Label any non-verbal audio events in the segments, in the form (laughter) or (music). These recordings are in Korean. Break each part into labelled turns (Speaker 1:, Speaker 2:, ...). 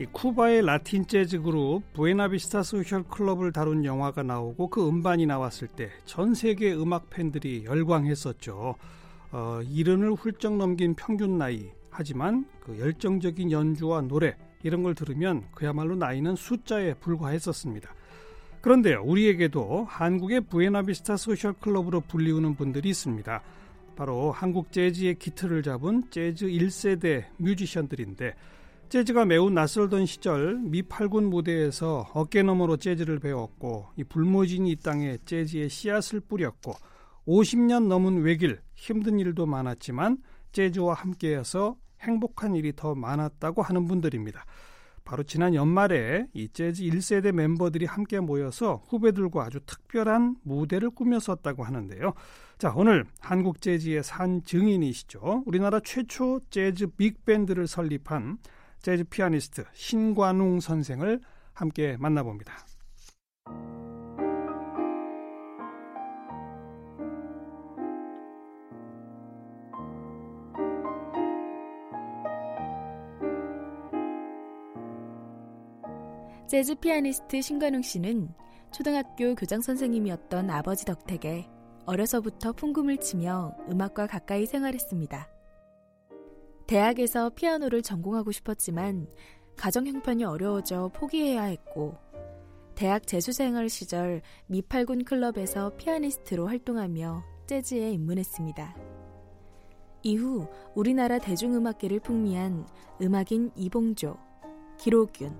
Speaker 1: 이 쿠바의 라틴 재즈 그룹 부에나비스타 소셜 클럽을 다룬 영화가 나오고 그 음반이 나왔을 때 전 세계 음악 팬들이 열광했었죠. 어, 이른을 훌쩍 넘긴 평균 나이 하지만 그 열정적인 연주와 노래 이런 걸 들으면 그야말로 나이는 숫자에 불과했었습니다. 그런데 우리에게도 한국의 부에나비스타 소셜 클럽으로 불리우는 분들이 있습니다. 바로 한국 재즈의 기틀을 잡은 재즈 1세대 뮤지션들인데 재즈가 매우 낯설던 시절 미팔군 무대에서 어깨너머로 재즈를 배웠고 이 불모진이 이 땅에 재즈의 씨앗을 뿌렸고 50년 넘은 외길 힘든 일도 많았지만 재즈와 함께해서 행복한 일이 더 많았다고 하는 분들입니다. 바로 지난 연말에 이 재즈 1세대 멤버들이 함께 모여서 후배들과 아주 특별한 무대를 꾸몄었다고 하는데요. 자, 오늘 한국 재즈의 산 증인이시죠. 우리나라 최초 재즈 빅밴드를 설립한 재즈 피아니스트 신관웅 선생을 함께 만나봅니다.
Speaker 2: 재즈 피아니스트 신관웅 씨는 초등학교 교장 선생님이었던 아버지 덕택에 어려서부터 풍금을 치며 음악과 가까이 생활했습니다. 대학에서 피아노를 전공하고 싶었지만 가정 형편이 어려워져 포기해야 했고 대학 재수생활 시절 미팔군 클럽에서 피아니스트로 활동하며 재즈에 입문했습니다. 이후 우리나라 대중음악계를 풍미한 음악인 이봉조, 기로균,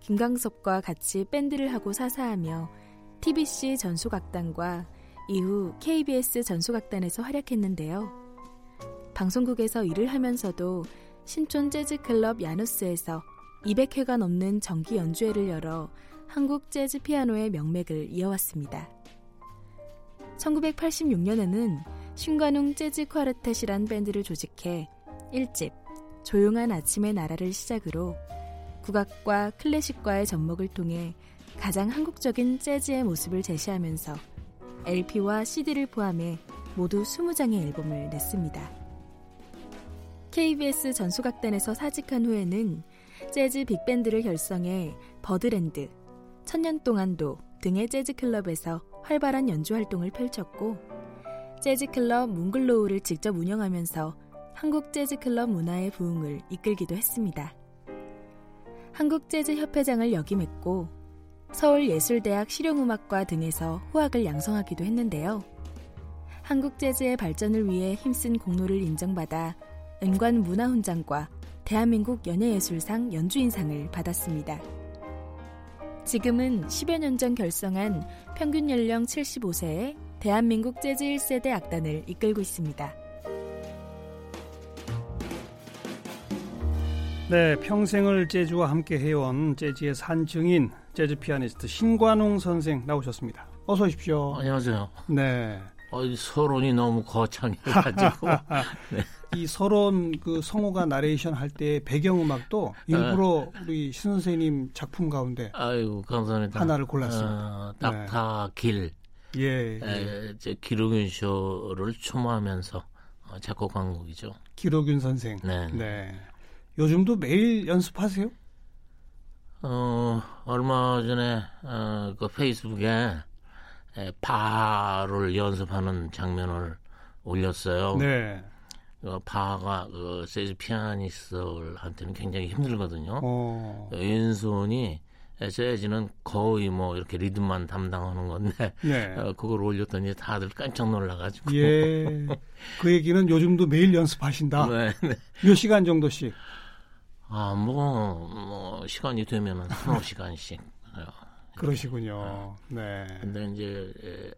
Speaker 2: 김광섭과 같이 밴드를 하고 사사하며 TBC 전속악단과 이후 KBS 전속악단에서 활약했는데요. 방송국에서 일을 하면서도 신촌 재즈클럽 야누스에서 200회가 넘는 정기 연주회를 열어 한국 재즈 피아노의 명맥을 이어왔습니다. 1986년에는 신관웅 재즈 쿼르텟이란 밴드를 조직해 1집 조용한 아침의 나라를 시작으로 국악과 클래식과의 접목을 통해 가장 한국적인 재즈의 모습을 제시하면서 LP와 CD를 포함해 모두 20장의 앨범을 냈습니다. KBS 전속악단에서 사직한 후에는 재즈 빅밴드를 결성해 버드랜드, 천년동안도 등의 재즈클럽에서 활발한 연주 활동을 펼쳤고 재즈클럽 몽글로우를 직접 운영하면서 한국 재즈클럽 문화의 부흥을 이끌기도 했습니다. 한국재즈협회장을 역임했고 서울예술대학 실용음악과 등에서 후학을 양성하기도 했는데요. 한국재즈의 발전을 위해 힘쓴 공로를 인정받아 은관문화훈장과 대한민국 연예예술상 연주인상을 받았습니다. 지금은 10여 년 전 결성한 평균 연령 75세의 대한민국 재즈 1세대 악단을 이끌고 있습니다.
Speaker 1: 네, 평생을 재즈와 함께 해온 재즈의 산 증인 재즈 피아니스트 신관웅 선생 나오셨습니다. 어서 오십시오.
Speaker 3: 안녕하세요.
Speaker 1: 네.
Speaker 3: 어, 이 서론이 너무
Speaker 1: (laughs)
Speaker 3: 거창해가지고 네.
Speaker 1: 이 서론 그 성호가 나레이션 할 때 배경음악도 일부러 아, 우리 신 선생님 작품 가운데
Speaker 3: 아이고 감사합니다.
Speaker 1: 하나를 골랐습니다.
Speaker 3: 어, 딱다길
Speaker 1: 네. 예, 예.
Speaker 3: 에, 제 기록윤 쇼를 추모하면서 어, 작곡한 곡이죠.
Speaker 1: 기록윤 선생.
Speaker 3: 네. 네.
Speaker 1: 요즘도 매일 연습하세요?
Speaker 3: 어, 얼마 전에 어, 그 페이스북에 에, 파를 연습하는 장면을 올렸어요.
Speaker 1: 네.
Speaker 3: 그 파가 그 세즈 피아니스트한테는 굉장히 힘들거든요.
Speaker 1: 어.
Speaker 3: 왼손이 재즈는 거의 뭐 이렇게 리듬만 담당하는 건데
Speaker 1: 네.
Speaker 3: 어, 그걸 올렸더니 다들 깜짝 놀라가지고
Speaker 1: 예. 그 얘기는 요즘도 매일 연습하신다.
Speaker 3: 네, 네.
Speaker 1: 몇 시간 정도씩?
Speaker 3: 아, 뭐, 뭐, 시간이 되면은 한오 시간씩. 어, 아.
Speaker 1: 그러시군요. 네.
Speaker 3: 근데 이제,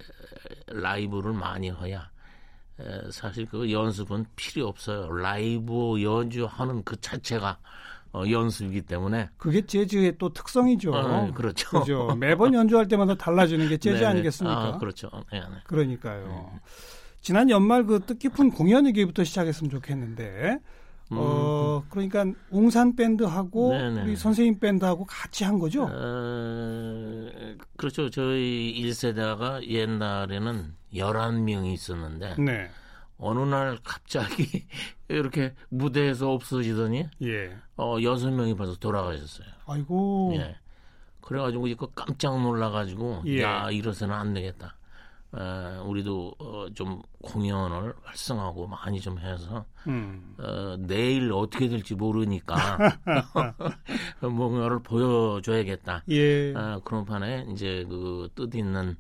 Speaker 3: 라이브를 많이 해야, 사실 그 연습은 필요 없어요. 라이브 연주하는 그 자체가 어, 연습이기 때문에.
Speaker 1: 그게 재즈의 또 특성이죠.
Speaker 3: 아, 그렇죠.
Speaker 1: 그렇죠. 매번 연주할 때마다 달라지는 게 재즈
Speaker 3: 네.
Speaker 1: 아니겠습니까?
Speaker 3: 아, 그렇죠. 네, 네.
Speaker 1: 그러니까요. 지난 연말 그 뜻깊은 공연 얘기부터 시작했으면 좋겠는데 어 그러니까 웅산 밴드하고
Speaker 3: 음. 네네.
Speaker 1: 우리 선생님 밴드하고 같이 한 거죠.
Speaker 3: 어, 그렇죠. 저희 1세대가 옛날에는 11명이 있었는데
Speaker 1: 네.
Speaker 3: 어느 날 갑자기 (laughs) 이렇게 무대에서 없어지더니
Speaker 1: 예.
Speaker 3: 어, 6명이 벌써 돌아가셨어요.
Speaker 1: 아이고.
Speaker 3: 예. 그래가지고 이거 깜짝 놀라가지고
Speaker 1: 예.
Speaker 3: 야 이러서는 안 되겠다. 어, 우리도 어, 좀 공연을 활성하고 많이 좀 해서
Speaker 1: 음.
Speaker 3: 어, 내일 어떻게 될지 모르니까 (laughs) 뭔가를 보여줘야겠다.
Speaker 1: 예.
Speaker 3: 아, 그런 판에 이제 그 뜻 있는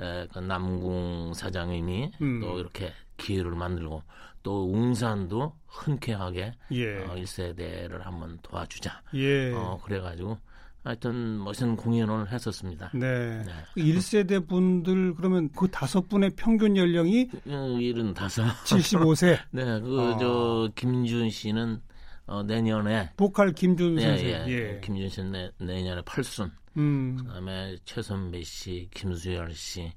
Speaker 3: 에, 그 남궁 사장님이
Speaker 1: 음.
Speaker 3: 또 이렇게 기회를 만들고 또 웅산도 흔쾌하게
Speaker 1: 예.
Speaker 3: 어, 1세대를 한번 도와주자.
Speaker 1: 예.
Speaker 3: 어, 그래가지고 하여튼 멋있는 공연을 했었습니다.
Speaker 1: 네.
Speaker 3: 네.
Speaker 1: 그 1세대 분들 그러면 그 다섯 분의 평균 연령이
Speaker 3: 그 어, 일은 다섯. (laughs)
Speaker 1: 75세.
Speaker 3: 네, 그
Speaker 1: 아.
Speaker 3: 저 김준 씨는 어, 내년에
Speaker 1: 보컬 김준
Speaker 3: 예,
Speaker 1: 선생.
Speaker 3: 예,
Speaker 1: 예.
Speaker 3: 김준 씨는 내, 내년에 팔순.
Speaker 1: 음.
Speaker 3: 그다음에 최선배 씨, 김수열 씨,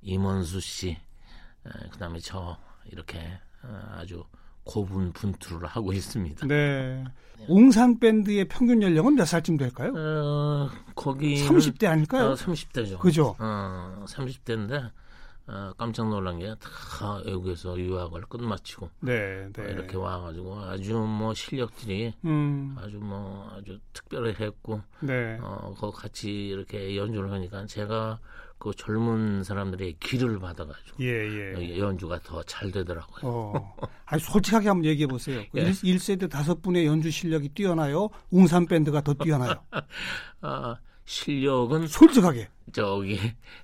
Speaker 3: 임원수 씨, 에, 그다음에 저 이렇게 어, 아주 고분 분투를 하고 있습니다.
Speaker 1: 네. 웅산 밴드의 평균 연령은 몇 살쯤 될까요?
Speaker 3: 어, 거기
Speaker 1: 네. 30대 아닐까요?
Speaker 3: 어, 30대죠.
Speaker 1: 그죠?
Speaker 3: 어, 30대인데 어, 깜짝 놀란 게 다 외국에서 유학을 끝마치고
Speaker 1: 네,
Speaker 3: 어,
Speaker 1: 네.
Speaker 3: 이렇게 와가지고 아주 뭐 실력들이
Speaker 1: 음.
Speaker 3: 아주 뭐 아주 특별했고
Speaker 1: 네.
Speaker 3: 어, 그 같이 이렇게 연주를 하니까 제가 그 젊은 사람들의 기를 받아가지고
Speaker 1: 예, 예.
Speaker 3: 예, 연주가 더 잘 되더라고요.
Speaker 1: 어. 아니 솔직하게 한번 얘기해 보세요.
Speaker 3: 예.
Speaker 1: 1, 세대 다섯 분의 연주 실력이 뛰어나요? 웅산 밴드가 더 뛰어나요?
Speaker 3: 아, 실력은
Speaker 1: 솔직하게.
Speaker 3: 저기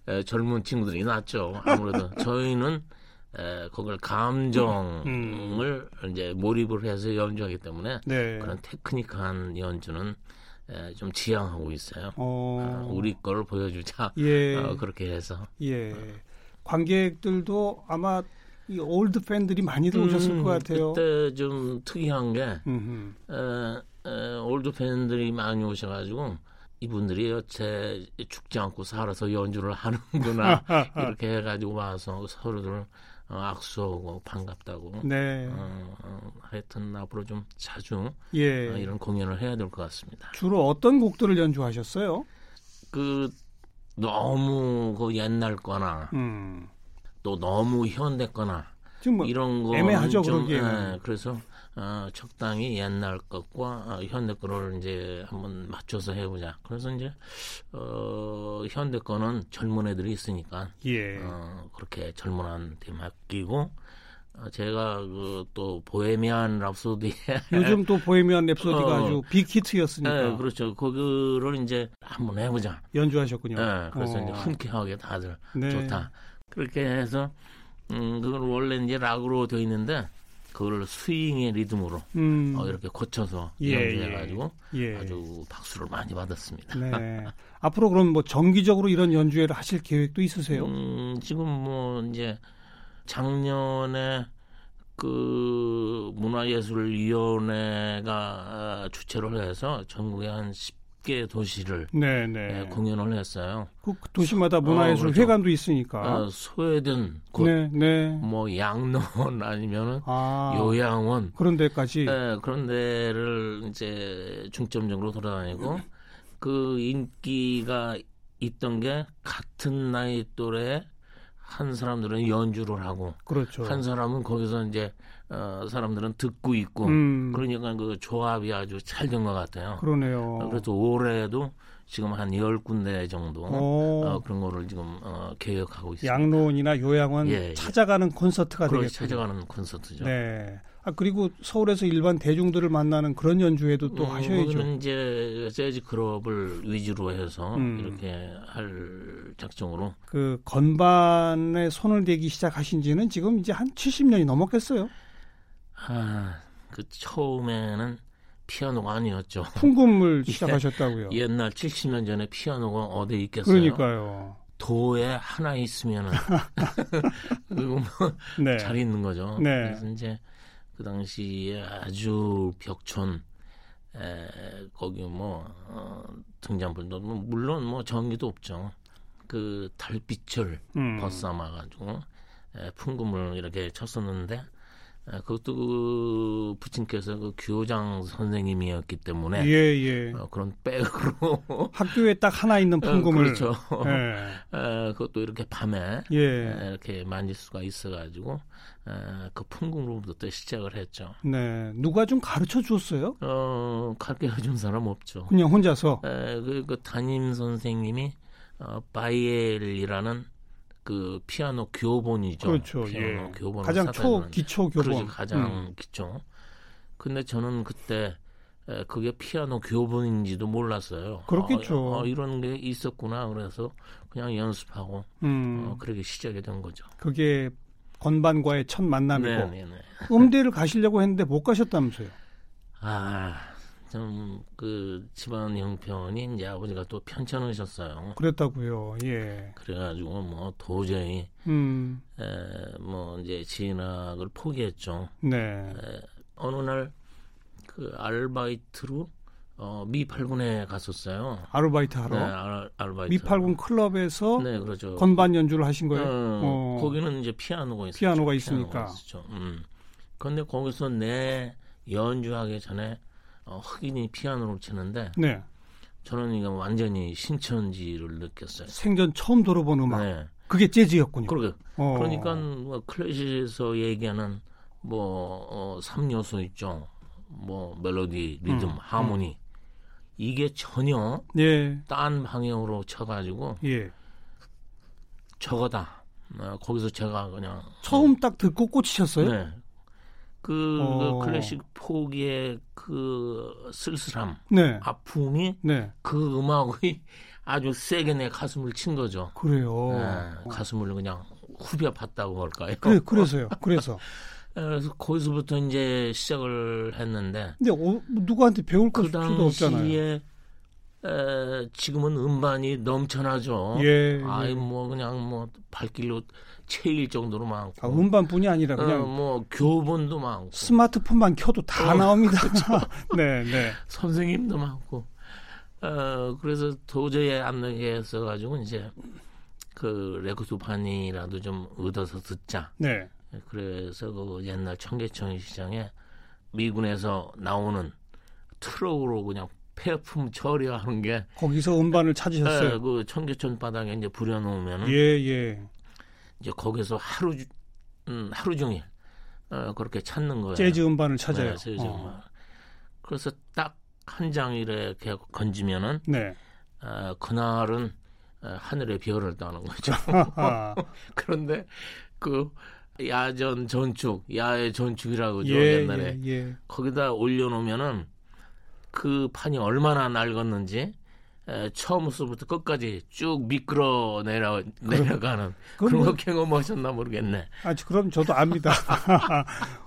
Speaker 3: 에, 젊은 친구들이 낫죠.
Speaker 1: (laughs)
Speaker 3: 아무래도 저희는 에, 그걸 감정을 이제 몰입을 해서 연주하기 때문에
Speaker 1: 음, 네.
Speaker 3: 그런 테크닉한 연주는 에, 좀 지향하고 있어요.
Speaker 1: 어.
Speaker 3: 아, 우리 걸 보여주자.
Speaker 1: 예.
Speaker 3: 어, 그렇게 해서
Speaker 1: 예. 관객들도 아마 이 올드 팬들이 많이들 오셨을
Speaker 3: 음,
Speaker 1: 것 같아요.
Speaker 3: 그때 좀 특이한 게
Speaker 1: 음흠.
Speaker 3: 에, 에, 어, 올드 팬들이 많이 오셔가지고 이분들이 여태 죽지 않고 살아서 연주를 하는구나 이렇게 해가지고 와서 서로들 어, 악수하고 반갑다고
Speaker 1: 네.
Speaker 3: 어, 어, 하여튼 앞으로 좀 자주
Speaker 1: 예.
Speaker 3: 어, 이런 공연을 해야 될 것 같습니다.
Speaker 1: 주로 어떤 곡들을 연주하셨어요?
Speaker 3: 그 너무 그 옛날 거나
Speaker 1: 음.
Speaker 3: 또 너무 현대 거나
Speaker 1: 지금 뭐
Speaker 3: 이런 거
Speaker 1: 애매하죠,
Speaker 3: 좀,
Speaker 1: 그러기에는.
Speaker 3: 예, 그래서 어, 적당히 옛날 것과 어, 현대 거를 이제 한번 맞춰서 해보자. 그래서 이제 어, 현대 거는 젊은 애들이 있으니까
Speaker 1: 예.
Speaker 3: 어, 그렇게 젊은 한테 맡기고 어, 제가 그 또 보헤미안 랍소디에
Speaker 1: 요즘 또 보헤미안 랩소디가
Speaker 3: 예. 어.
Speaker 1: 아주 빅히트였으니까
Speaker 3: (laughs) 예, 그렇죠. 그거를 이제 한번 해보자.
Speaker 1: 연주하셨군요.
Speaker 3: 예, 그래서
Speaker 1: 어.
Speaker 3: 이제 흔쾌하게 다들
Speaker 1: 네.
Speaker 3: 좋다. 그렇게 해서 음, 그걸 원래 이제 락으로 되어 있는데 그걸 스윙의 리듬으로
Speaker 1: 음.
Speaker 3: 어, 이렇게 고쳐서
Speaker 1: 예,
Speaker 3: 연주해가지고
Speaker 1: 예.
Speaker 3: 아주 박수를 많이 받았습니다.
Speaker 1: 네. 앞으로 그럼 뭐 정기적으로 이런 연주회를 하실 계획도 있으세요?
Speaker 3: 음, 지금 뭐 이제 작년에 그 문화예술위원회가 아, 주최를 해서 전국에 한 10개 도시를
Speaker 1: 네,
Speaker 3: 예,
Speaker 1: 네.
Speaker 3: 공연을 했어요.
Speaker 1: 그 도시마다 문화예술
Speaker 3: 그렇죠.
Speaker 1: 회관도 있으니까.
Speaker 3: 어, 소외된 곳,
Speaker 1: 아. 네, 네.
Speaker 3: 뭐 양로원 (laughs) 아니면은
Speaker 1: 아.
Speaker 3: 요양원
Speaker 1: 그런 데까지.
Speaker 3: 예, 그런 데를 이제 중점적으로 돌아다니고
Speaker 1: 예.
Speaker 3: 그 인기가 있던 게 같은 나이 또래 한 사람들은 연주를 하고
Speaker 1: 그렇죠.
Speaker 3: 한 사람은 거기서 이제 어, 사람들은 듣고 있고
Speaker 1: 음.
Speaker 3: 그러니까 그 조합이 아주 잘 된 것 같아요.
Speaker 1: 그러네요.
Speaker 3: 어, 그래서 올해도 지금 한 열 군데 정도
Speaker 1: 오.
Speaker 3: 어, 그런 거를 지금 어, 계획하고 있습니다.
Speaker 1: 양로원이나 요양원
Speaker 3: 예, 예.
Speaker 1: 찾아가는 콘서트가
Speaker 3: 그걸
Speaker 1: 되겠죠.
Speaker 3: 찾아가는 콘서트죠.
Speaker 1: 네. 아 그리고 서울에서 일반 대중들을 만나는 그런 연주회도 또
Speaker 3: 음,
Speaker 1: 하셔야죠.
Speaker 3: 거기는 이제 재즈 클럽을 위주로 해서
Speaker 1: 음.
Speaker 3: 이렇게 할 작정으로
Speaker 1: 그 건반에 손을 대기 시작하신 지는 지금 이제 한 70년이 넘었겠어요.
Speaker 3: 아, 그 처음에는 피아노가 아니었죠.
Speaker 1: 그렇죠. 풍금을 시작하셨다고요.
Speaker 3: 옛날 70년 전에 피아노가 어디 있겠어요?
Speaker 1: 그러니까요.
Speaker 3: 도에 하나
Speaker 1: (laughs)
Speaker 3: 있으면은 그리고 뭐잘
Speaker 1: 네.
Speaker 3: 있는 거죠.
Speaker 1: 네.
Speaker 3: 그래서 이제 그 당시에 아주 벽촌 에, 거기 뭐 어, 등잔불도 뭐 물론 뭐 전기도 없죠. 그 달빛을
Speaker 1: 음.
Speaker 3: 벗삼아가지고 에, 풍금을 이렇게 쳤었는데 에, 그것도 그 부친께서 그 교장 선생님이었기 때문에
Speaker 1: 예, 예.
Speaker 3: 어, 그런 백으로 (laughs)
Speaker 1: 학교에 딱 하나 있는
Speaker 3: 어,
Speaker 1: 풍금을
Speaker 3: 그렇죠.
Speaker 1: 예.
Speaker 3: 에, 그것도 이렇게 밤에
Speaker 1: 예.
Speaker 3: 에, 이렇게 만질 수가 있어가지고 에, 그 풍금으로부터 또 시작을 했죠.
Speaker 1: 네. 누가 좀 가르쳐 줬어요?
Speaker 3: 어, 가르쳐 준 사람 없죠.
Speaker 1: 그냥 혼자서.
Speaker 3: 에, 그, 그 담임 선생님이 어, 바이엘이라는 그 피아노 교본이죠.
Speaker 1: 그렇죠.
Speaker 3: 피아노
Speaker 1: 예.
Speaker 3: 교본을
Speaker 1: 가장
Speaker 3: 뭐 사다
Speaker 1: 초
Speaker 3: 주는.
Speaker 1: 기초
Speaker 3: 그렇죠.
Speaker 1: 교본.
Speaker 3: 가장
Speaker 1: 음.
Speaker 3: 기초. 근데 저는 그때 에, 그게 피아노 교본인지도 몰랐어요.
Speaker 1: 그렇겠죠.
Speaker 3: 어, 어, 이런 게 있었구나. 그래서 그냥 연습하고
Speaker 1: 음. 음.
Speaker 3: 어, 그렇게 시작이 된 거죠.
Speaker 1: 그게 건반과의 첫 만남이고
Speaker 3: 네, 네. (laughs)
Speaker 1: 음대를 가시려고 했는데 못 가셨다면서요.
Speaker 3: 아, 좀 그 집안 형편이 이제 아버지가 또 편찮으셨어요.
Speaker 1: 그랬다고요. 예.
Speaker 3: 그래가지고 뭐 도저히
Speaker 1: 음.
Speaker 3: 에, 뭐 이제 진학을 포기했죠.
Speaker 1: 네.
Speaker 3: 어느 날 그 아르바이트로 어, 미팔군에 갔었어요.
Speaker 1: 아르바이트
Speaker 3: 네,
Speaker 1: 하러
Speaker 3: 알, 아르바이트.
Speaker 1: 미팔군 클럽에서
Speaker 3: 네, 그렇죠.
Speaker 1: 건반 연주를 하신 거예요.
Speaker 3: 어,
Speaker 1: 어.
Speaker 3: 거기는 이제 피아노가 있었죠.
Speaker 1: 피아노가 있으니까.
Speaker 3: 있었죠. 음. 근데 거기서 내 연주하기 전에 어, 흑인이 피아노를 치는데
Speaker 1: 네.
Speaker 3: 저는 이거 완전히 신천지를 느꼈어요.
Speaker 1: 생전 처음 들어본 음악.
Speaker 3: 네.
Speaker 1: 그게 재즈였군요.
Speaker 3: 그러게.
Speaker 1: 어.
Speaker 3: 그러니까 뭐 클래식에서 얘기하는 뭐 어, 3요소 있죠. 뭐 멜로디, 리듬,
Speaker 1: 음,
Speaker 3: 하모니. 이게 전혀
Speaker 1: 예.
Speaker 3: 딴 방향으로 쳐 가지고
Speaker 1: 예.
Speaker 3: 저거다. 어, 거기서 제가 그냥
Speaker 1: 처음 딱 듣고 꽂히셨어요?
Speaker 3: 네. 그, 그
Speaker 1: 어.
Speaker 3: 클래식 포기의 그 쓸쓸함,
Speaker 1: 네.
Speaker 3: 아픔이
Speaker 1: 네.
Speaker 3: 그 음악이 (laughs) 아주 세게 내 가슴을 친 거죠.
Speaker 1: 그래요.
Speaker 3: 네, 가슴을 그냥 후벼 팠다고
Speaker 1: 어.
Speaker 3: 할까요? (laughs) 네,
Speaker 1: 그래 그래서요. 그래서.
Speaker 3: 그래서 거기서부터 이제 시작을 했는데
Speaker 1: 근데 어, 누구한테 배울
Speaker 3: 그
Speaker 1: 것도 없잖아요.
Speaker 3: 당시에 에, 지금은 음반이 넘쳐나죠.
Speaker 1: 예.
Speaker 3: 아이
Speaker 1: 예.
Speaker 3: 뭐 그냥 뭐 발길로 채일 정도로 많고
Speaker 1: 아, 음반뿐이 아니라 그냥
Speaker 3: 어, 뭐 교본도 많고
Speaker 1: 스마트폰만 켜도 다
Speaker 3: 어,
Speaker 1: 나옵니다. (laughs) 네, 네.
Speaker 3: 선생님도 많고 어 그래서 도저히 안 되겠어 가지고 이제 그 레코드판이라도 좀 얻어서 듣자.
Speaker 1: 네.
Speaker 3: 그래서 그 옛날 청계천 시장에 미군에서 나오는 트럭으로 그냥 폐품 처리하는 게
Speaker 1: 거기서 음반을
Speaker 3: 에,
Speaker 1: 찾으셨어요.
Speaker 3: 그 청계천 바닥에 이제 부려놓으면
Speaker 1: 예,
Speaker 3: 은
Speaker 1: 예.
Speaker 3: 이제 거기서 하루 주- 음, 하루 종일 어, 그렇게 찾는 거예요.
Speaker 1: 재즈 음반을 찾아요.
Speaker 3: 네, 재즈
Speaker 1: 어.
Speaker 3: 음악. 그래서 딱 한 장 이렇게 건지면은 (laughs)
Speaker 1: 네.
Speaker 3: 어, 그날은 어, 하늘의 별을 따는 거죠. (laughs) 어,
Speaker 1: (laughs) 하하.
Speaker 3: 그런데 그 야전 전축, 야외 전축이라고 그러죠
Speaker 1: 예,
Speaker 3: 옛날에.
Speaker 1: 예, 예.
Speaker 3: 거기다 올려놓으면은 그 판이 얼마나 낡았는지 에, 처음부터 끝까지 쭉 미끄러 내려 내려가는
Speaker 1: 그건
Speaker 3: 그런
Speaker 1: 뭐-
Speaker 3: 거 경험하셨나 모르겠네.
Speaker 1: 아, 저- 그럼 저도 압니다. (laughs)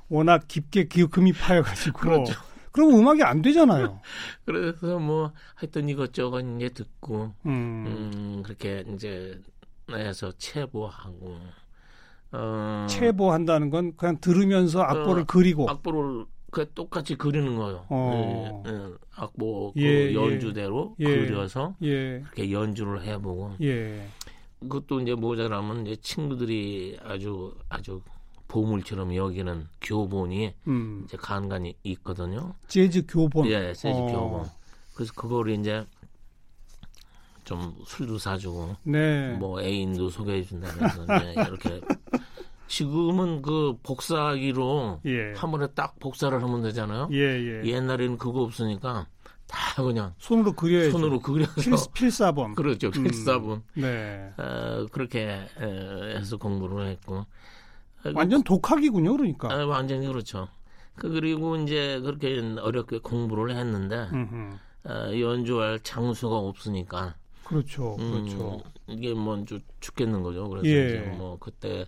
Speaker 1: 워낙 깊게 기, 금이 파여가지고.
Speaker 3: 그렇죠.
Speaker 1: 럼 음악이 안 되잖아요.
Speaker 3: 그래서 뭐 하여튼 이것저것 이제 듣고
Speaker 1: 음.
Speaker 3: 음, 그렇게 이제 해서 체보하고 어,
Speaker 1: 체보한다는 건 그냥 들으면서 악보를
Speaker 3: 어,
Speaker 1: 그리고.
Speaker 3: 악보를 그 똑같이 그리는 거예요.
Speaker 1: 어.
Speaker 3: 예, 예, 악보 그
Speaker 1: 예, 예.
Speaker 3: 연주대로
Speaker 1: 예.
Speaker 3: 그려서
Speaker 1: 예,
Speaker 3: 이렇게 연주를 해보고
Speaker 1: 예.
Speaker 3: 그것도 이제 모자라면 이제 친구들이 아주 아주 보물처럼 여기는 교본이
Speaker 1: 음.
Speaker 3: 이제 간간히 있거든요.
Speaker 1: 재즈 교본.
Speaker 3: 예, 세지
Speaker 1: 어.
Speaker 3: 교본. 그래서 그걸 이제 좀 술도 사주고
Speaker 1: 네.
Speaker 3: 뭐 애인도 소개해
Speaker 1: (laughs)
Speaker 3: 준다면서 이제 이렇게 지금은 그 복사기로
Speaker 1: 예.
Speaker 3: 한 번에 딱 복사를 하면 되잖아요.
Speaker 1: 예, 예.
Speaker 3: 옛날에는 그거 없으니까 다 그냥
Speaker 1: 손으로 그려야죠.
Speaker 3: 손으로 그려서
Speaker 1: 예, 필, 필사본.
Speaker 3: (laughs) 그렇죠.
Speaker 1: 음.
Speaker 3: 필사본.
Speaker 1: 네.
Speaker 3: 어, 그렇게 에, 해서 공부를 했고
Speaker 1: 완전 독학이군요, 그러니까.
Speaker 3: 아, 완전히 그렇죠. 그 그리고 이제 그렇게 어렵게 공부를 했는데
Speaker 1: 음흠.
Speaker 3: 어, 연주할 장수가 없으니까
Speaker 1: 그렇죠,
Speaker 3: 음,
Speaker 1: 그렇죠.
Speaker 3: 이게 먼저 죽겠는 거죠. 그래서
Speaker 1: 예.
Speaker 3: 이제 뭐 그때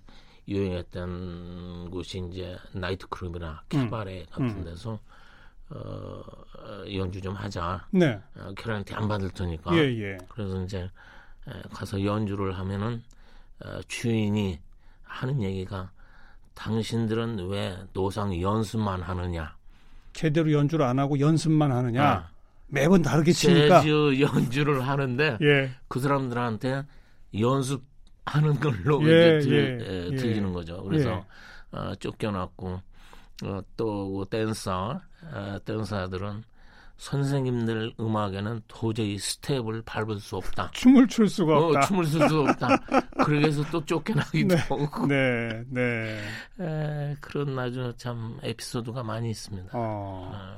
Speaker 3: 유행했던 곳이 이제 나이트 클럽이나 캐바레 같은
Speaker 1: 음.
Speaker 3: 데서 어, 어, 연주 좀 하자.
Speaker 1: 네,
Speaker 3: 어, 걔한테 안 받을 테니까.
Speaker 1: 예, 예.
Speaker 3: 그래서 이제 에, 가서 연주를 하면은 어, 주인이 하는 얘기가 당신들은 왜 노상 연습만 하느냐?
Speaker 1: 제대로 연주를 안 하고 연습만 하느냐.
Speaker 3: 아,
Speaker 1: 매번 다르게 치니까.
Speaker 3: 재즈 연주를 하는데
Speaker 1: 예,
Speaker 3: 그 사람들한테 연습 하는 걸로
Speaker 1: 예,
Speaker 3: 이제 들,
Speaker 1: 예,
Speaker 3: 예,
Speaker 1: 예.
Speaker 3: 들리는 거죠. 그래서 어, 쫓겨났고 어, 또그 댄서 어, 댄서들은 선생님들 음악에는 도저히 스텝을 밟을 수 없다.
Speaker 1: 춤을 출 아, 수가
Speaker 3: 어,
Speaker 1: 없다.
Speaker 3: 춤을 출 수 없다. 그래서 또
Speaker 1: (laughs)
Speaker 3: 쫓겨나기도
Speaker 1: 네.
Speaker 3: 하고
Speaker 1: 네, 네.
Speaker 3: 에, 그런 아주 참 에피소드가 많이 있습니다.
Speaker 1: 어.
Speaker 3: 어,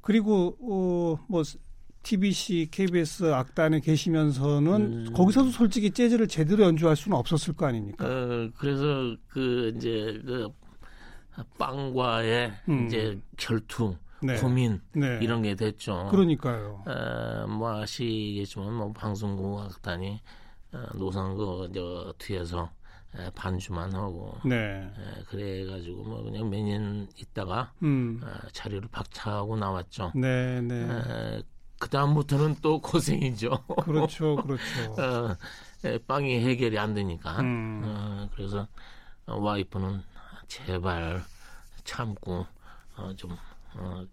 Speaker 1: 그리고 어, 뭐 TBC, KBS 악단에 계시면서는
Speaker 3: 음.
Speaker 1: 거기서도 솔직히 재즈를 제대로 연주할 수는 없었을 거 아닙니까?
Speaker 3: 어, 그래서 그 이제 그 빵과의
Speaker 1: 음.
Speaker 3: 이제 결투,
Speaker 1: 네.
Speaker 3: 고민
Speaker 1: 네.
Speaker 3: 이런 게 됐죠.
Speaker 1: 그러니까요.
Speaker 3: 어, 뭐 아시겠지만 뭐 방송국 악단이 어, 노상거 저 뒤에서 에, 반주만 하고
Speaker 1: 네.
Speaker 3: 에, 그래가지고 뭐 그냥 몇 년 있다가
Speaker 1: 음.
Speaker 3: 어, 자리를 박차하고 나왔죠.
Speaker 1: 네, 네.
Speaker 3: 그 다음부터는 또 고생이죠. (laughs)
Speaker 1: 그렇죠, 그렇죠.
Speaker 3: 어, 에, 빵이 해결이 안 되니까.
Speaker 1: 음.
Speaker 3: 어, 그래서 어, 와이프는 제발 참고 어, 좀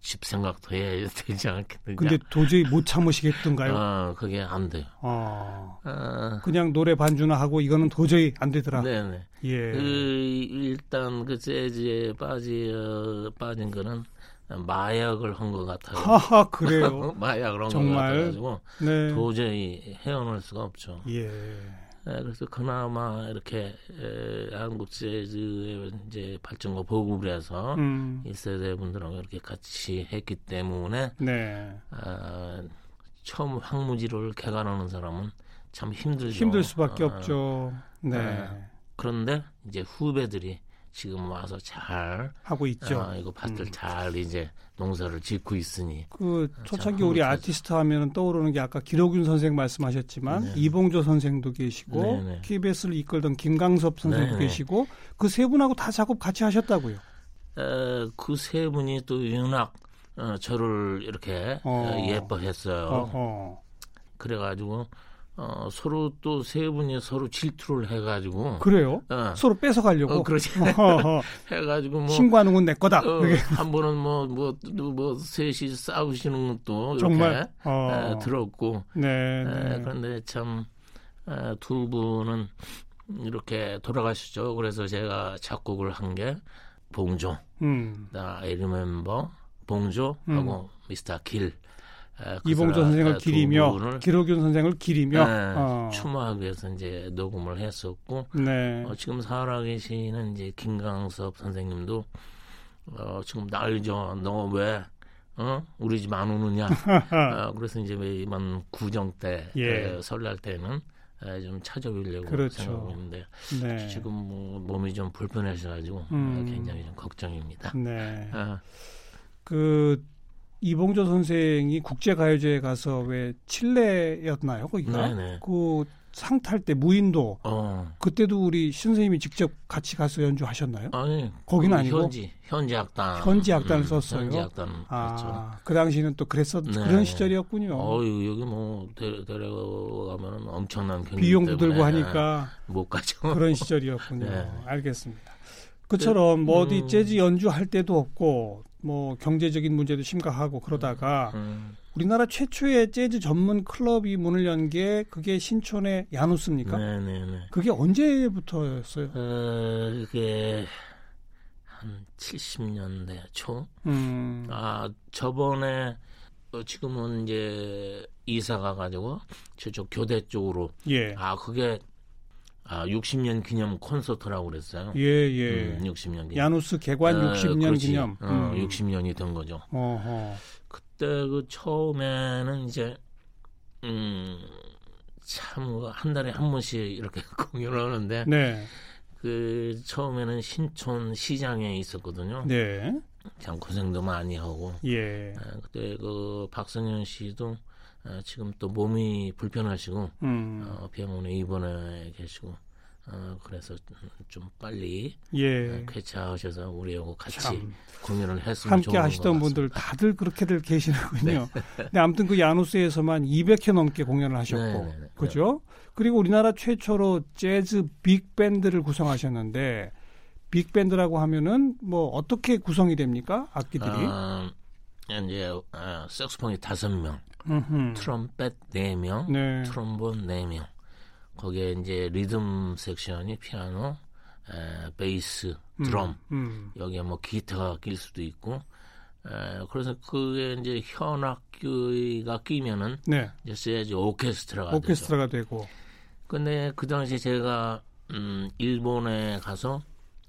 Speaker 3: 집 생각도 해야 되지 않겠느냐.
Speaker 1: 근데 도저히 못 참으시겠던가요?
Speaker 3: 어, 그게 안 돼요.
Speaker 1: 어.
Speaker 3: 어,
Speaker 1: 그냥 노래 반주나 하고 이거는 도저히 안 되더라.
Speaker 3: 네네.
Speaker 1: 예.
Speaker 3: 그, 일단 그 재즈에 빠지, 어, 빠진 거는 마약을 한 것 같아요.
Speaker 1: 하하,
Speaker 3: (laughs)
Speaker 1: 그래요.
Speaker 3: 마약을 한 것
Speaker 1: 정말?
Speaker 3: 같아가지고
Speaker 1: 네.
Speaker 3: 도저히 헤어날 수가 없죠.
Speaker 1: 예.
Speaker 3: 에, 그래서 그나마 이렇게 에, 한국 재즈의 이제 발전과 보급을 해서
Speaker 1: 음.
Speaker 3: 일 1세대 분들하고 이렇게 같이 했기 때문에
Speaker 1: 네.
Speaker 3: 아, 처음 황무지를 개간하는 사람은 참 힘들죠.
Speaker 1: 힘들 수밖에
Speaker 3: 어,
Speaker 1: 없죠. 네.
Speaker 3: 네. 그런데 이제 후배들이 지금 와서 잘
Speaker 1: 하고 있죠.
Speaker 3: 아, 이거 밭을
Speaker 1: 음.
Speaker 3: 잘 이제 농사를 짓고 있으니
Speaker 1: 그 초창기
Speaker 3: 참
Speaker 1: 우리
Speaker 3: 흐뭇하죠.
Speaker 1: 아티스트 하면은 떠오르는 게 아까 기록윤 선생 말씀하셨지만
Speaker 3: 네.
Speaker 1: 이봉조 선생도 계시고
Speaker 3: 네, 네.
Speaker 1: KBS를 이끌던 김강섭 선생도
Speaker 3: 네, 네.
Speaker 1: 계시고 그 세 분하고 다 작업 같이 하셨다고요.
Speaker 3: 그 세 분이 또 유낙 어, 저를 이렇게
Speaker 1: 어.
Speaker 3: 어, 예뻐했어요.
Speaker 1: 어허.
Speaker 3: 그래가지고 어, 서로 또 세 분이 서로 질투를 해가지고
Speaker 1: 그래요?
Speaker 3: 어,
Speaker 1: 서로 뺏어 가려고.
Speaker 3: 어, 그렇지
Speaker 1: (laughs) 어허.
Speaker 3: 해가지고 뭐
Speaker 1: 신관웅은 내 거다.
Speaker 3: 어,
Speaker 1: 이게
Speaker 3: 한 번은 뭐 뭐 뭐 셋이 싸우시는 것도 이렇게
Speaker 1: 정말 어.
Speaker 3: 에, 들었고
Speaker 1: 네.
Speaker 3: 에,
Speaker 1: 네.
Speaker 3: 그런데 참 두 분은 이렇게 돌아가시죠. 그래서 제가 작곡을 한 게 봉조,
Speaker 1: 음.
Speaker 3: 나 에리멤버 봉조하고 미스터 길. 에, 그
Speaker 1: 이봉조
Speaker 3: 사람, 에,
Speaker 1: 선생을
Speaker 3: 두
Speaker 1: 기리며
Speaker 3: 분을, 네,
Speaker 1: 기록윤 선생을 기리며
Speaker 3: 에,
Speaker 1: 어.
Speaker 3: 추모하기 위해서 이제 녹음을 했었고
Speaker 1: 네.
Speaker 3: 어, 지금 살아계시는 이제 김강섭 선생님도 어, 지금 날죠. 너 왜 어? 우리 집 안
Speaker 1: (laughs)
Speaker 3: 오느냐. 어, 그래서 이제 왜 이번 구정 때
Speaker 1: 예.
Speaker 3: 에, 설날 때는 에, 좀 찾아뵈려고
Speaker 1: 그렇죠.
Speaker 3: 생각 중인데
Speaker 1: 네.
Speaker 3: 지금 뭐 몸이 좀 불편하셔가지고
Speaker 1: 음.
Speaker 3: 어, 굉장히 좀 걱정입니다.
Speaker 1: 네.
Speaker 3: 아,
Speaker 1: 그 이봉조 선생이 국제가요제에 가서 왜 칠레였나요 거기가
Speaker 3: 네네.
Speaker 1: 그 상탈 때 무인도
Speaker 3: 어,
Speaker 1: 그때도 우리 신 선생님이 직접 같이 가서 연주하셨나요?
Speaker 3: 아니
Speaker 1: 거기는
Speaker 3: 그
Speaker 1: 아니고?
Speaker 3: 현지 현지 악단 음,
Speaker 1: 현지 악단을 썼어요?
Speaker 3: 현지 악단 그렇죠.
Speaker 1: 아, 그 당시는 에또 그랬었
Speaker 3: 네.
Speaker 1: 그런 시절이었군요.
Speaker 3: 어유 여기 뭐 데- 데려가면은 엄청난 경비
Speaker 1: 비용도
Speaker 3: 때문에
Speaker 1: 들고 하니까
Speaker 3: 못 가죠.
Speaker 1: 그런 시절이었군요.
Speaker 3: 네.
Speaker 1: 알겠습니다. 그처럼 뭐 어디
Speaker 3: 음.
Speaker 1: 재즈 연주할 때도 없고 뭐 경제적인 문제도 심각하고 그러다가
Speaker 3: 음,
Speaker 1: 우리나라 최초의 재즈 전문 클럽이 문을 연 게 그게 신촌의 야누스입니까?
Speaker 3: 네네네.
Speaker 1: 그게 언제부터였어요?
Speaker 3: 어, 그게 한 70년대 초.
Speaker 1: 음,
Speaker 3: 아 저번에 어, 지금은 이제 이사가 가지고 저쪽 교대 쪽으로.
Speaker 1: 예,
Speaker 3: 아 그게 아 60년 기념 콘서트라고 그랬어요.
Speaker 1: 예, 예.
Speaker 3: 음, 60년 기념.
Speaker 1: 야누스 개관
Speaker 3: 어,
Speaker 1: 60년
Speaker 3: 그렇지.
Speaker 1: 기념. 음.
Speaker 3: 어, 60년이 된 거죠.
Speaker 1: 어허.
Speaker 3: 그때 그 처음에는 이제 음, 음참한 달에 한 번씩 이렇게 (laughs) 공연을 하는데
Speaker 1: 네,
Speaker 3: 그 처음에는 신촌 시장에 있었거든요.
Speaker 1: 네,
Speaker 3: 참 고생도 많이 하고
Speaker 1: 예.
Speaker 3: 아, 그때 그 박선현 씨도 아, 지금 또 몸이 불편하시고
Speaker 1: 음,
Speaker 3: 어, 병원에 입원해 계시고 어, 그래서 좀 빨리
Speaker 1: 예.
Speaker 3: 아, 쾌차하셔서 우리하고 같이
Speaker 1: 참.
Speaker 3: 공연을 했으면
Speaker 1: 함께
Speaker 3: 좋은
Speaker 1: 하시던
Speaker 3: 것 같습니다. 네.
Speaker 1: 분들 다들 그렇게들
Speaker 3: (laughs)
Speaker 1: 계시는군요. 근데 아무튼 그 야누스에서만 200회 넘게 공연을 하셨고,
Speaker 3: 네, 네, 네.
Speaker 1: 그죠? 그리고 우리나라 최초로 재즈 빅밴드를 구성하셨는데, 빅밴드라고 하면은 뭐 어떻게 구성이 됩니까? 악기들이.
Speaker 3: 아, 이제 아, 색소폰이 다섯 명,
Speaker 1: 음흠.
Speaker 3: 트럼펫 네 명,
Speaker 1: 네.
Speaker 3: 트롬본 네 명, 거기에 이제 리듬 섹션이 피아노, 에, 베이스, 드럼
Speaker 1: 음,
Speaker 3: 여기에 뭐 기타가 낄 수도 있고 에, 그래서 그게 이제 현악기가 끼면은
Speaker 1: 네.
Speaker 3: 이제 재즈 오케스트라가 되죠.
Speaker 1: 오케스트라가 되고.
Speaker 3: 근데 그 당시 제가 음, 일본에 가서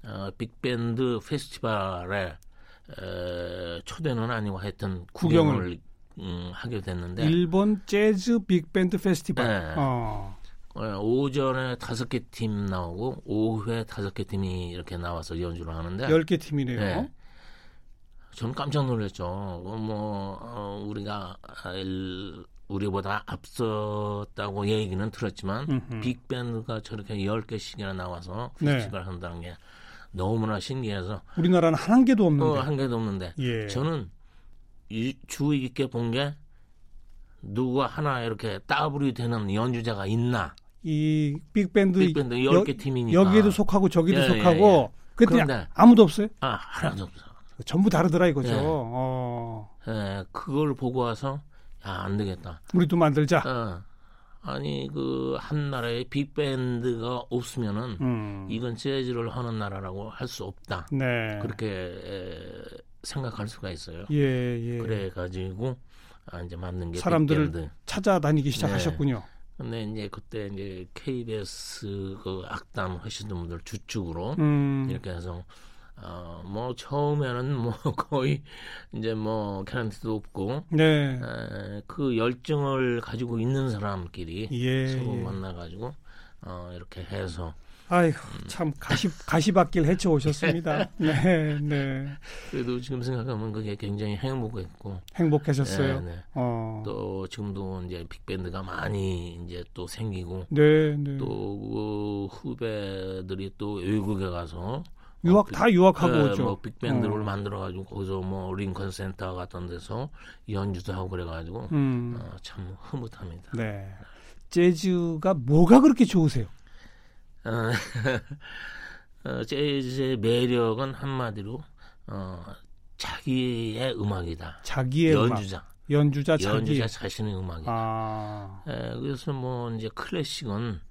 Speaker 3: 어, 빅밴드 페스티벌에 에, 초대는 아니고 하여튼 구경을, 음, 하게 됐는데
Speaker 1: 일본 재즈 빅밴드 페스티벌.
Speaker 3: 네.
Speaker 1: 어.
Speaker 3: 어, 오전에 다섯 개 팀 나오고 오후에 다섯 개 팀이 이렇게 나와서 연주를 하는데
Speaker 1: 열 개 팀이네요.
Speaker 3: 네. 저는 깜짝 놀랐죠. 어, 뭐 어, 우리가 일- 우리보다 앞섰다고 얘기는 들었지만
Speaker 1: 음흠.
Speaker 3: 빅밴드가 저렇게 열 개씩이나 나와서
Speaker 1: 네.
Speaker 3: 페스티벌 한다는 게 너무나 신기해서
Speaker 1: 우리나라는 한 개도
Speaker 3: 또
Speaker 1: 없는데.
Speaker 3: 어, 한 개도 없는데
Speaker 1: 예.
Speaker 3: 저는 이- 주의 깊게 본 게 누가 하나 이렇게 따블이 되는 연주자가 있나
Speaker 1: 이 빅밴드,
Speaker 3: 빅밴드
Speaker 1: 그 여-
Speaker 3: 열개 팀이니까
Speaker 1: 여기에도 속하고 저기도
Speaker 3: 예, 예,
Speaker 1: 속하고. 그랬더니
Speaker 3: 그런데-
Speaker 1: 아무도 없어요?
Speaker 3: 아 하나도 없어.
Speaker 1: 전부 다르더라 이거죠.
Speaker 3: 네.
Speaker 1: 어.
Speaker 3: 예, 그걸 보고 와서 야 안 되겠다.
Speaker 1: 우리도 만들자.
Speaker 3: 어, 아니 그 한 나라에 빅밴드가 없으면은
Speaker 1: 음.
Speaker 3: 이건 재즈를 하는 나라라고 할 수 없다.
Speaker 1: 네.
Speaker 3: 그렇게 에, 생각할 수가 있어요.
Speaker 1: 예, 예.
Speaker 3: 그래 가지고 아, 이제 맞는 게
Speaker 1: 사람들을-
Speaker 3: 빅밴드. 네.
Speaker 1: 찾아다니기 시작하셨군요.
Speaker 3: 근데 이제 그때 이제 KBS 그 악단 하시는 분들 주축으로
Speaker 1: 음.
Speaker 3: 이렇게 해서 어, 뭐 처음에는 뭐 (laughs) 거의 이제 뭐 캐런티도 없고
Speaker 1: 네.
Speaker 3: 에, 그 열정을 가지고 있는 사람끼리
Speaker 1: 예.
Speaker 3: 서로
Speaker 1: 예.
Speaker 3: 만나가지고 어, 이렇게 해서
Speaker 1: 아이고, 참 가시 가시밭길 헤쳐
Speaker 3: (laughs)
Speaker 1: 오셨습니다. 네, 네.
Speaker 3: 그래도 지금 생각하면 그게 굉장히 행복했고
Speaker 1: 행복하셨어요.
Speaker 3: 네, 네.
Speaker 1: 어.
Speaker 3: 또 지금도 이제 빅밴드가 많이 이제 또 생기고
Speaker 1: 네, 네.
Speaker 3: 또 어, 후배들이 또 외국에 가서
Speaker 1: 유학
Speaker 3: 어,
Speaker 1: 다 유학하고
Speaker 3: 예,
Speaker 1: 오죠.
Speaker 3: 뭐 빅밴드를
Speaker 1: 어.
Speaker 3: 만들어가지고 거기서 뭐 링컨 센터 같은 데서 연주도 하고 그래가지고
Speaker 1: 음.
Speaker 3: 어, 참 흐뭇합니다.
Speaker 1: 네. 재즈가 뭐가 그렇게 좋으세요?
Speaker 3: 어, (laughs) 어, 재즈의 매력은 한마디로 어, 자기의 음악이다.
Speaker 1: 자기의 음악,
Speaker 3: 연주자,
Speaker 1: 연주자 자기.
Speaker 3: 연주자 자신의 음악이다.
Speaker 1: 아,
Speaker 3: 예, 그래서 뭐 이제 클래식은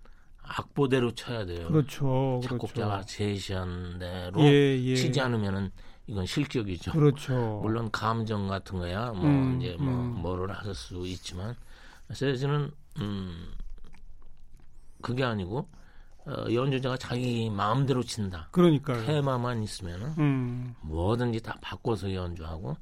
Speaker 3: 악보대로 쳐야 돼요.
Speaker 1: 그렇죠,
Speaker 3: 작곡자가
Speaker 1: 그렇죠.
Speaker 3: 제시한 대로
Speaker 1: 예, 예.
Speaker 3: 치지 않으면은 이건 실격이죠.
Speaker 1: 그렇죠.
Speaker 3: 물론 감정 같은 거야 뭐
Speaker 1: 음,
Speaker 3: 이제 뭐
Speaker 1: 음.
Speaker 3: 뭐를 할 수 있지만 재즈는 음 그게 아니고 어, 연주자가 자기 마음대로 친다.
Speaker 1: 그러니까요.
Speaker 3: 테마만 있으면은
Speaker 1: 음,
Speaker 3: 뭐든지 다 바꿔서 연주하고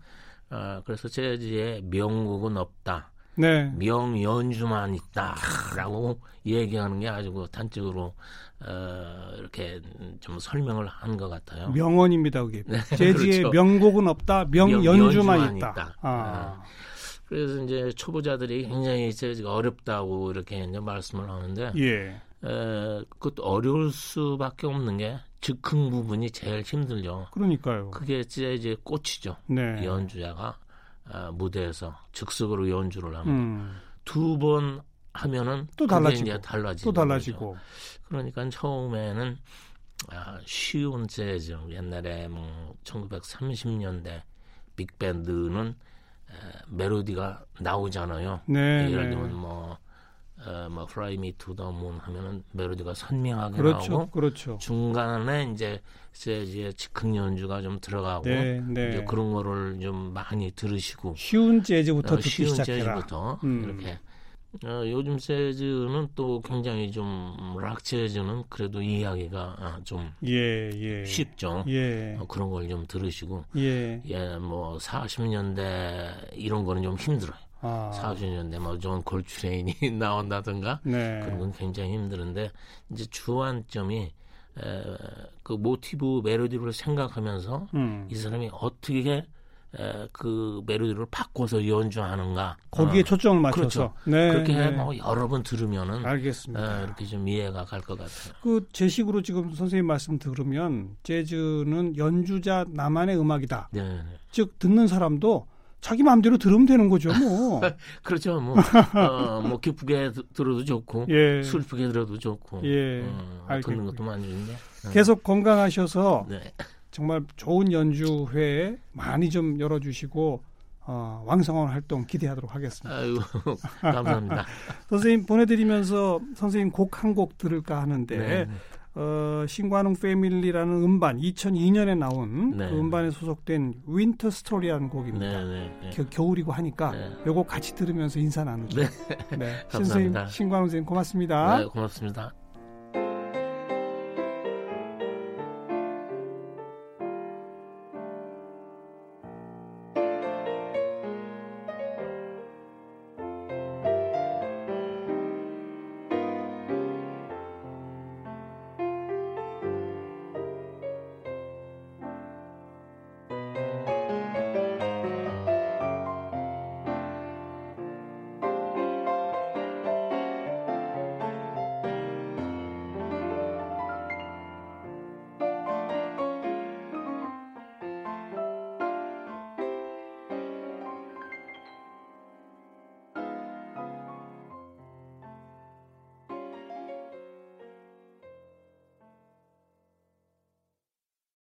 Speaker 3: 어, 그래서 재즈의 명곡은 없다.
Speaker 1: 네.
Speaker 3: 명연주만 있다라고 얘기하는 게 아주 그 단적으로 어, 이렇게 좀 설명을 한 것 같아요.
Speaker 1: 명언입니다, 그게.
Speaker 3: (laughs)
Speaker 1: 재즈의
Speaker 3: 그렇죠.
Speaker 1: 명곡은 없다, 명연주만
Speaker 3: 명연주만
Speaker 1: 있다.
Speaker 3: 있다.
Speaker 1: 아,
Speaker 3: 그래서 이제 초보자들이 굉장히 재즈가 어렵다고 이렇게 이제 말씀을 하는데
Speaker 1: 예.
Speaker 3: 에, 그것도 어려울 수밖에 없는 게 즉흥 부분이 제일 힘들죠.
Speaker 1: 그러니까요.
Speaker 3: 그게 재즈의 꽃이죠.
Speaker 1: 네.
Speaker 3: 연주자가 아, 무대에서 즉석으로 연주를 하면
Speaker 1: 음,
Speaker 3: 두 번 하면은
Speaker 1: 또
Speaker 3: 그게
Speaker 1: 달라지고,
Speaker 3: 이제 달라지고
Speaker 1: 또 달라지고.
Speaker 3: 그러니까 처음에는 아, 쉬운 재즈 옛날에 뭐 1930년대 빅밴드는 에, 멜로디가 나오잖아요.
Speaker 1: 네.
Speaker 3: 예를
Speaker 1: 네.
Speaker 3: 들면 뭐, 어, 뭐 Fly Me to the Moon 하면은 멜로디가 선명하게
Speaker 1: 그렇죠,
Speaker 3: 나오고
Speaker 1: 그렇죠.
Speaker 3: 중간에 이제 재즈의 즉흥 연주가 좀 들어가고
Speaker 1: 네, 네.
Speaker 3: 이제 그런 거를 좀 많이 들으시고
Speaker 1: 쉬운 재즈부터
Speaker 3: 어,
Speaker 1: 듣기
Speaker 3: 쉬운
Speaker 1: 시작해라.
Speaker 3: 재즈부터
Speaker 1: 음.
Speaker 3: 이렇게 어, 요즘 재즈는 또 굉장히 좀락 재즈는 그래도 이야기가 아, 좀
Speaker 1: 예, 예.
Speaker 3: 쉽죠.
Speaker 1: 예.
Speaker 3: 어, 그런 걸 좀 들으시고
Speaker 1: 예.
Speaker 3: 예, 뭐 40년대 이런 거는 좀 힘들어요.
Speaker 1: 아.
Speaker 3: 40년대 뭐존 골트레인이 (laughs) 나온다든가
Speaker 1: 네.
Speaker 3: 그런 건 굉장히 힘드는데 이제 주안점이 에, 그 모티브 멜로디를 생각하면서
Speaker 1: 음.
Speaker 3: 이 사람이 어떻게 에, 그 멜로디를 바꿔서 연주하는가
Speaker 1: 거기에
Speaker 3: 어.
Speaker 1: 초점을 맞춰서. 네.
Speaker 3: 그렇게
Speaker 1: 네. 아,
Speaker 3: 뭐 여러 번 들으면은
Speaker 1: 알겠습니다.
Speaker 3: 어, 이렇게 좀 이해가 갈 것 같아요.
Speaker 1: 그 제식으로 지금 선생님 말씀 들으면 재즈는 연주자 나만의 음악이다.
Speaker 3: 네, 네.
Speaker 1: 즉 듣는 사람도 자기 마음대로 들으면 되는 거죠,
Speaker 3: (laughs)
Speaker 1: 뭐. (laughs)
Speaker 3: 그렇죠. 뭐, 어, 뭐 기쁘게 드- 들어도 좋고
Speaker 1: 예.
Speaker 3: 슬프게 들어도 좋고
Speaker 1: 예,
Speaker 3: 음, 듣는
Speaker 1: 알겠군요.
Speaker 3: 것도 많이 있네. 어,
Speaker 1: 계속 건강하셔서
Speaker 3: 네. (laughs)
Speaker 1: 정말 좋은 연주회 많이 좀 열어주시고 어, 왕성한 활동 기대하도록 하겠습니다.
Speaker 3: 아유
Speaker 1: (laughs)
Speaker 3: 감사합니다.
Speaker 1: 선생님 보내드리면서 선생님 곡 한 곡 들을까 하는데
Speaker 3: 네.
Speaker 1: 어, 신관웅 패밀리라는 음반 2002년에 나온
Speaker 3: 네.
Speaker 1: 그 음반에 소속된 윈터 스토리라는 곡입니다.
Speaker 3: 네, 네, 네.
Speaker 1: 겨- 겨울이고 하니까
Speaker 3: 네.
Speaker 1: 요거 같이 들으면서 인사 나누죠.
Speaker 3: 네.
Speaker 1: 네.
Speaker 3: (laughs) 감사합니다.
Speaker 1: 신선생님, 신광훈 선생님 고맙습니다.
Speaker 3: 네, 고맙습니다.